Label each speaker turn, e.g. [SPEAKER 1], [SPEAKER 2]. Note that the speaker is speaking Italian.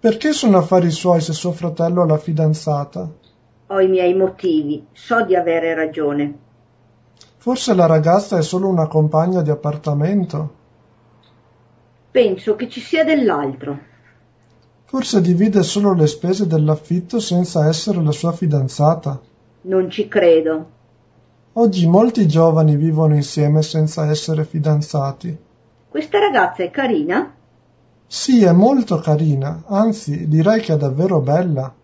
[SPEAKER 1] Perché sono affari suoi se suo fratello ha la fidanzata?
[SPEAKER 2] Ho i miei motivi, so di avere ragione.
[SPEAKER 1] Forse la ragazza è solo una compagna di appartamento.
[SPEAKER 2] Penso che ci sia dell'altro.
[SPEAKER 1] Forse divide solo le spese dell'affitto senza essere la sua fidanzata.
[SPEAKER 2] Non ci credo.
[SPEAKER 1] Oggi molti giovani vivono insieme senza essere fidanzati.
[SPEAKER 2] Questa ragazza è carina?
[SPEAKER 1] Sì, è molto carina, anzi direi che è davvero bella.